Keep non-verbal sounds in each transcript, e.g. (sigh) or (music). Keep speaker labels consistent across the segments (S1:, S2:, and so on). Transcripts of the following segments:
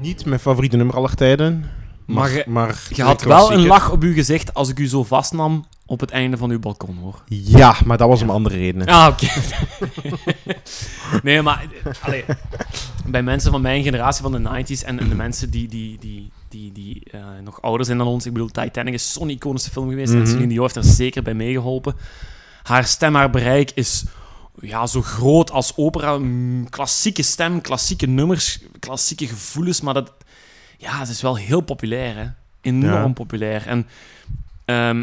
S1: Niet mijn favoriete nummer aller tijden. Maar,
S2: Maar je-
S1: maar
S2: Je had wel een lach op uw gezicht als ik u zo vastnam op het einde van uw balkon, hoor.
S1: Ja, maar dat was om andere redenen.
S2: Ah, oké. (laughs) nee, maar eh, allee, bij mensen van mijn generatie, van de 90s en, en
S1: Mhm.
S2: de mensen die, die, die, die, die eh, nog ouder zijn dan ons. Ik bedoel, Titanic is zo'n iconische film geweest
S1: Mhm.
S2: en Celine Dion heeft er zeker bij meegeholpen. Haar stem, haar bereik is ja, zo groot als opera. Mm, Klassieke stem, klassieke nummers, klassieke gevoelens, maar dat... Ja, het is wel heel populair, hè. Enorm
S1: Ja.
S2: populair. En ehm,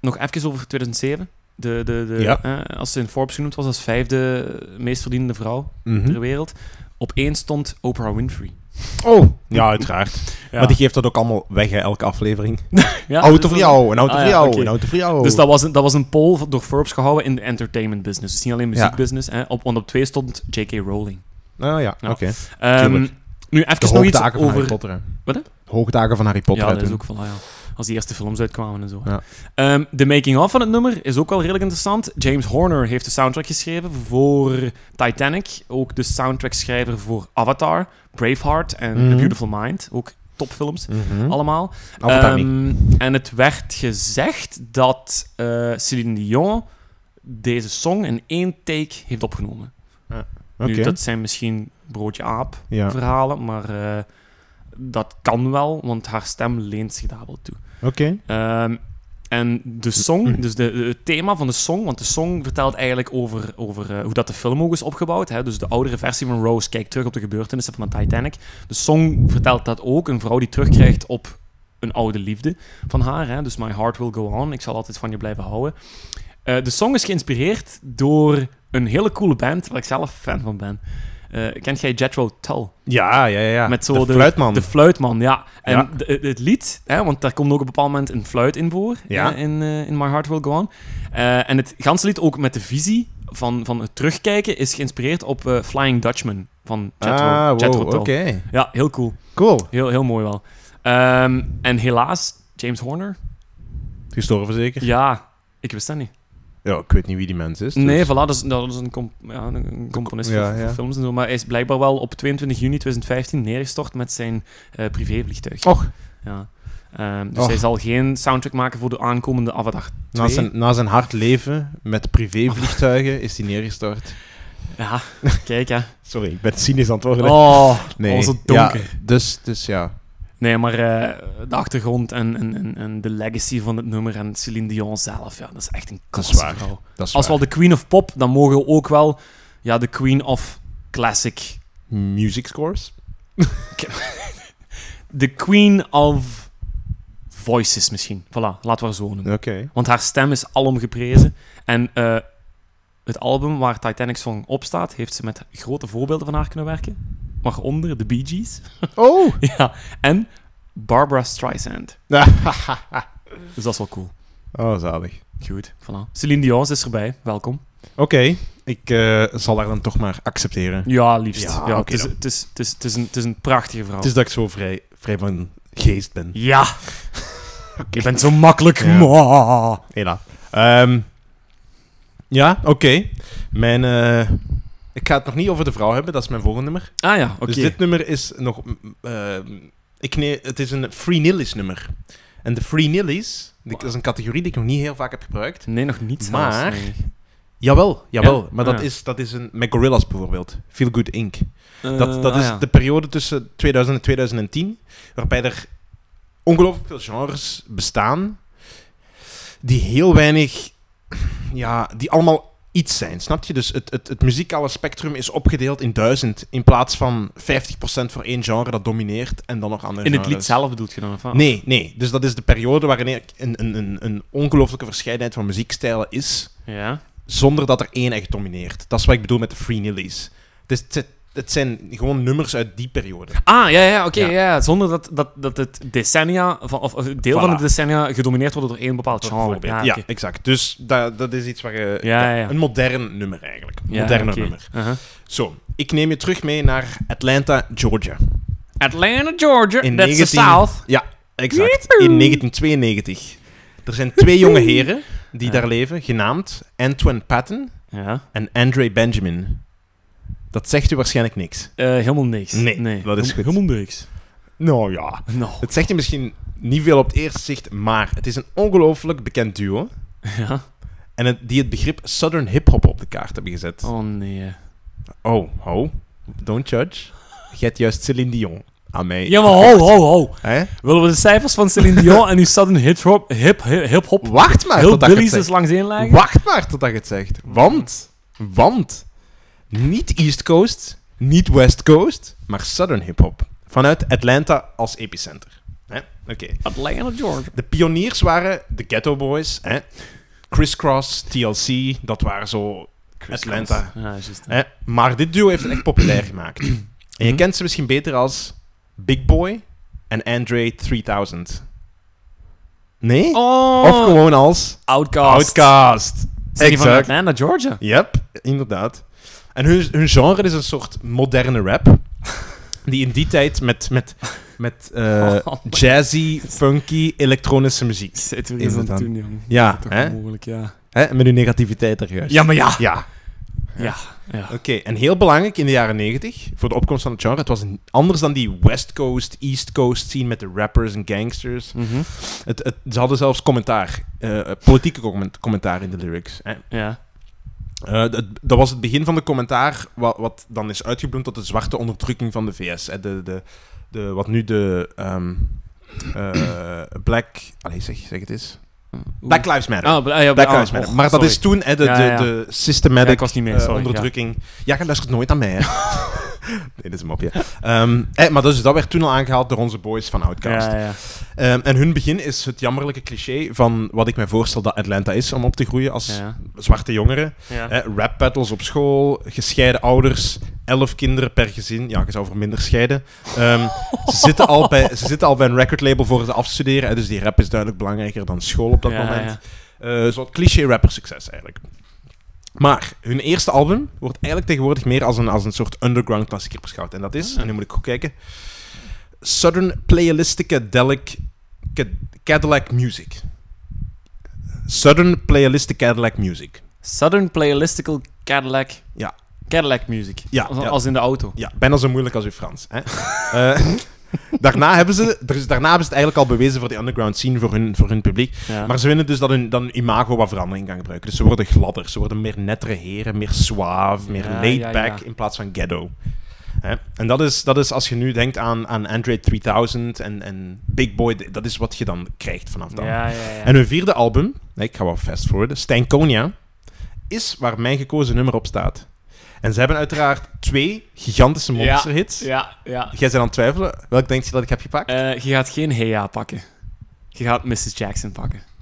S2: nog even over 2007. De, de, de,
S1: Ja.
S2: eh, als ze in Forbes genoemd was als vijfde meest verdienende vrouw
S1: Mhm.
S2: ter wereld. Op één stond Oprah Winfrey.
S1: Oh, ja, uiteraard.
S2: Ja.
S1: Maar die geeft dat ook allemaal weg, hè, elke aflevering.
S2: Ja,
S1: auto
S2: dus
S1: voor
S2: dat-
S1: jou, een auto
S2: Ah,
S1: voor
S2: ja,
S1: jou,
S2: oké.
S1: een auto voor jou.
S2: Dus dat was, een, dat was een poll v- door Forbes gehouden in de entertainment business. Dus niet alleen muziekbusiness. Hè. Op, want op twee stond J.K. Rowling.
S1: Nou ja,
S2: Ja.
S1: oké.
S2: Ehm,
S1: Tuurlijk.
S2: nu
S1: De
S2: even nog iets
S1: hoogdagen van Harry
S2: over...
S1: Potter. hè.
S2: Wat, hè?
S1: De hoogdagen van Harry Potter.
S2: Ja,
S1: hè,
S2: dat is
S1: toen.
S2: ook van, ah, ja. Als die eerste films uitkwamen en zo. hè.
S1: Ja.
S2: Ehm, de making-of van het nummer is ook wel redelijk interessant. James Horner heeft de soundtrack geschreven voor Titanic. Ook de soundtrackschrijver voor Avatar, Braveheart en
S1: Mhm.
S2: The Beautiful Mind. Ook topfilms,
S1: Mhm.
S2: allemaal.
S1: Avatar niet.
S2: Ehm, en het werd gezegd dat eh Céline Dion deze song in één take heeft opgenomen.
S1: Oké,
S2: Nu, dat zijn misschien broodje aap
S1: ja.
S2: verhalen, maar eh, dat kan wel, want haar stem leent zich daar wel toe.
S1: Oké.
S2: Ehm, en de song, dus de, de- het thema van de song, want de song vertelt eigenlijk over, over eh, hoe dat de film ook is opgebouwd. Hè? Dus de oudere versie van Rose kijkt terug op de gebeurtenissen van de Titanic. De song vertelt dat ook, een vrouw die terugkrijgt op een oude liefde van haar. Hè? Dus My Heart Will Go On, ik zal altijd van je blijven houden. Eh, de song is geïnspireerd door een hele coole band, waar ik zelf fan van ben. Eh, kent jij Jethro Tull?
S1: ja, ja, ja, ja.
S2: Met zo
S1: de,
S2: de-
S1: fluitman.
S2: De fluitman, ja. En
S1: Ja.
S2: de- het lied, hè, want daar komt ook op een bepaald moment een fluit in voor,
S1: Ja.
S2: hè, in, eh, in My Heart Will Go On. Eh, en het ganse lied, ook met de visie van, van het terugkijken, is geïnspireerd op eh, Flying Dutchman van Jethro,
S1: ah, wow,
S2: Jethro
S1: oké.
S2: Tull. Ja, heel cool.
S1: Cool.
S2: Heel, heel mooi wel. Ehm, en helaas, James Horner?
S1: Gestorven zeker?
S2: Ja, ik wist dat niet.
S1: Ja, ik weet niet wie die mens is. dus-
S2: Nee, voilà, dat is, dat is een, comp- ja, een componist
S1: Ja,
S2: voor,
S1: ja.
S2: voor films en zo. Maar hij is blijkbaar wel op 22 juni 2015 neergestort met zijn eh, privévliegtuig.
S1: Och.
S2: Ja. Ehm, dus
S1: Och.
S2: hij zal geen soundtrack maken voor de aankomende Avatar.
S1: Na
S2: Twee.
S1: zijn, na zijn hard leven met
S2: (laughs)
S1: privévliegtuigen is hij neergestort.
S2: Ja, (laughs) kijk
S1: (laughs)
S2: hè.
S1: Sorry, ik ben cynisch aan het worden.
S2: Oh,
S1: nee.
S2: was het donker.
S1: Ja, dus, dus ja.
S2: Nee, maar eh, de achtergrond en, en, en, en de legacy van het nummer en Celine Dion zelf, ja, dat is echt een
S1: Dat is
S2: klasse
S1: waar.
S2: vrouw.
S1: Dat is
S2: Als we al de queen of pop, dan mogen we ook wel ja, de queen of classic.
S1: wel... Music scores?
S2: De queen of voices misschien. Voilà, laten we haar zo noemen.
S1: Oké.
S2: (laughs) Want haar stem is alom geprezen. En eh, het album waar Titanic Song op staat, heeft ze met grote voorbeelden van haar kunnen werken. Waaronder de Bee Gees. (laughs)
S1: Oh!
S2: ja. En Barbara Streisand. Dus dat is wel cool.
S1: (laughs) oh, zalig.
S2: Goed, voilà. Celine Dion is erbij. Welkom.
S1: Oké, ik eh, zal haar dan toch maar accepteren.
S2: Ja, liefst.
S1: Ja,
S2: Ja,
S1: oké
S2: het, is,
S1: dan.
S2: het, is, het, is, het, is een, het is een prachtige vrouw.
S1: Het is dat ik zo vrij, vrij van geest ben. (laughs)
S2: Ja. Je bent zo makkelijk.
S1: Ja.
S2: Ma.
S1: Hela. Ehm, ja, oké. Mijn... eh, ik ga het nog niet over de vrouw hebben, dat is mijn volgende nummer.
S2: Ah ja, oké.
S1: Dus dit nummer is nog... mm, eh, ik nee, het is een Free Nillies nummer. En de Free Nillies, die- dat is een categorie die ik nog niet heel vaak heb gebruikt.
S2: Nee, nog niet zelfs,
S1: Maar-
S2: nee.
S1: Jawel, jawel.
S2: Ja?
S1: Maar dat,
S2: Ah, ja.
S1: is, dat is een... Met Gorillaz bijvoorbeeld. Feel Good Inc. Dat,
S2: Eh,
S1: dat
S2: ah,
S1: is
S2: ja.
S1: de periode tussen 2000 en 2010, waarbij er ongelooflijk veel genres bestaan die heel weinig, ja, die allemaal iets zijn, snap je? Dus het, het, het muzikale spectrum is opgedeeld in duizend, in plaats van 50% voor één genre dat domineert en dan nog andere
S2: In het
S1: genres.
S2: lied zelf bedoelt je dan? Of? wat?
S1: Nee, nee. Dus dat is de periode waarin er een, een, een, een ongelooflijke verscheidenheid van muziekstijlen is
S2: Ja.
S1: zonder dat er één echt domineert. Dat is wat ik bedoel met de Free Nillies. Het, is- het- het zijn gewoon nummers uit die periode.
S2: Ah, ja, ja, oké.
S1: Ja.
S2: ja. ja. Zonder dat, dat, dat het decennia, van, of of het deel van
S1: Voilà.
S2: het decennia gedomineerd wordt door één bepaald genre.
S1: Bijvoorbeeld. Ja,
S2: oké.
S1: exact. Dus dat, dat is iets waar je...
S2: Ja, ja, ja.
S1: Een modern nummer eigenlijk. Een
S2: Ja,
S1: moderner
S2: oké.
S1: nummer.
S2: Uh-huh.
S1: Zo, ik neem je terug mee naar Atlanta, Georgia.
S2: Atlanta, Georgia.
S1: In
S2: that's
S1: 19
S2: the South.
S1: Ja, exact. In 1992. Er zijn twee jonge heren die
S2: Ja.
S1: daar leven, genaamd Antoine Patton
S2: Ja.
S1: en Andre Benjamin. Dat zegt u waarschijnlijk niks.
S2: Eh, helemaal niks.
S1: Nee, dat is
S2: Hem-
S1: goed.
S2: Helemaal niks.
S1: Nou ja.
S2: Nou,
S1: (laughs) Het zegt je misschien niet veel op het eerste zicht, maar het is een ongelooflijk bekend duo.
S2: ja.
S1: En het, die het begrip Southern Hip Hop op de kaart hebben gezet.
S2: Oh nee.
S1: Oh, ho. Don't judge. Je hebt juist Celine Dion aan mij.
S2: Ja, maar ho, ho,
S1: (laughs)
S2: ho.
S1: Hè?
S2: Willen we de cijfers
S1: (laughs)
S2: van Celine Dion en uw sudden hip-hop, hip, hip, hip-hop,
S1: Wacht maar
S2: heel
S1: totdat je het
S2: Billy's
S1: zegt.
S2: eens langs één leggen?
S1: Wacht maar totdat je het zegt. Want, want, niet East Coast, niet West Coast, maar Southern Hip Hop. Vanuit Atlanta als epicenter. Hè? Oké.
S2: Atlanta, Georgia.
S1: De pioniers waren de Ghetto Boys, hè? Criss Cross, TLC, dat waren zo Atlanta.
S2: Ja, juist.
S1: Hè? Maar dit duo heeft het echt populair
S2: (clears throat)
S1: gemaakt. En je
S2: Mhm.
S1: kent ze misschien beter als Big Boy en Andre 3000. Nee?
S2: Oh,
S1: Of gewoon als
S2: Outcast.
S1: Outcast.
S2: Zijn die van
S1: Exact.
S2: Atlanta, Georgia?
S1: Yep, inderdaad. En hun, hun genre is een soort moderne rap. Die in die tijd met, met, met eh,
S2: (laughs) Oh.
S1: jazzy, funky, elektronische muziek.
S2: Zitten we
S1: Is
S2: eens
S1: het
S2: aan
S1: dan?
S2: toen, jong.
S1: Ja,
S2: Toch
S1: hè?
S2: onmogelijk, ja.
S1: hè? Met hun negativiteit er juist.
S2: Ja, maar ja.
S1: Ja,
S2: Ja, ja.
S1: oké. En heel belangrijk in de jaren 90 voor de opkomst van het genre. Het was een- anders dan die West Coast, East Coast scene met de rappers en gangsters.
S2: Mhm.
S1: Het, het, ze hadden zelfs commentaar, eh, politieke comment- commentaar in de lyrics. Hè?
S2: Ja.
S1: Eh, dat, dat was het begin van de commentaar, wat, wat dan is uitgebloemd tot de zwarte onderdrukking van de VS. hè. De, de, de, wat nu de ehm, eh, Black. Allee, zeg, zeg het eens. Black Lives Matter.
S2: Ah, bla- ah, ja,
S1: Black
S2: ah,
S1: Lives Matter.
S2: och,
S1: maar dat
S2: sorry.
S1: is toen hè, de,
S2: Ja,
S1: de,
S2: ja.
S1: de systematic
S2: Ja, ik was niet mee,
S1: eh,
S2: sorry, ja.
S1: onderdrukking. Ja, je luistert nooit aan mij. Hè. (laughs) nee, dit is een mopje. Ehm, hè, maar dus, dat werd toen al aangehaald door onze boys van Outcast.
S2: Ja, ja.
S1: Ehm, en hun begin is het jammerlijke cliché van wat ik mij voorstel dat Atlanta is om op te groeien als
S2: ja.
S1: zwarte jongeren.
S2: ja.
S1: Hè, rap battles op school, gescheiden ouders, elf kinderen per gezin. Ja, je zou voor minder scheiden. Ehm, ze, zitten al bij, ze zitten al bij een recordlabel voor ze afstuderen. hè, dus die rap is duidelijk belangrijker dan school op dat
S2: Ja,
S1: moment.
S2: ja.
S1: Eh, Zo'n cliché rapper succes eigenlijk. Maar hun eerste album wordt eigenlijk tegenwoordig meer als een, als een soort underground klassieker beschouwd. En dat is, en nu moet ik goed kijken, Southern Playalisticadelic Cad- Cadillac Music. Southern Playalistic Cadillac Music.
S2: Southern Playlistical Cadillac.
S1: Ja.
S2: Cadillac music.
S1: Ja,
S2: Als,
S1: ja.
S2: als in de auto.
S1: Ja, bijna zo moeilijk als uw Frans. Hè? Eh, (laughs) daarna, hebben ze, dus daarna hebben ze het eigenlijk al bewezen voor die underground scene, voor hun, voor hun publiek.
S2: Ja.
S1: Maar ze winnen dus dat hun, dat hun imago wat verandering kan gebruiken. Dus ze worden gladder, ze worden meer nettere heren, meer suave, meer
S2: Ja, ja,
S1: laid back
S2: ja.
S1: in plaats van ghetto. Hè? En dat is, dat is, als je nu denkt aan, aan Android 3000 en, en Big Boy, dat is wat je dan krijgt vanaf dan.
S2: ja, ja, ja.
S1: En hun vierde album, nee, ik ga wel fast forwarden, Steinkonia, is waar mijn gekozen nummer op staat. En ze hebben uiteraard twee gigantische
S2: Ja,
S1: monsterhits.
S2: Ja, Eh, ja.
S1: Jij bent aan het twijfelen. Welk denkt je dat ik heb gepakt?
S2: Eh, je gaat geen Hea pakken. Je gaat Mrs. Jackson pakken.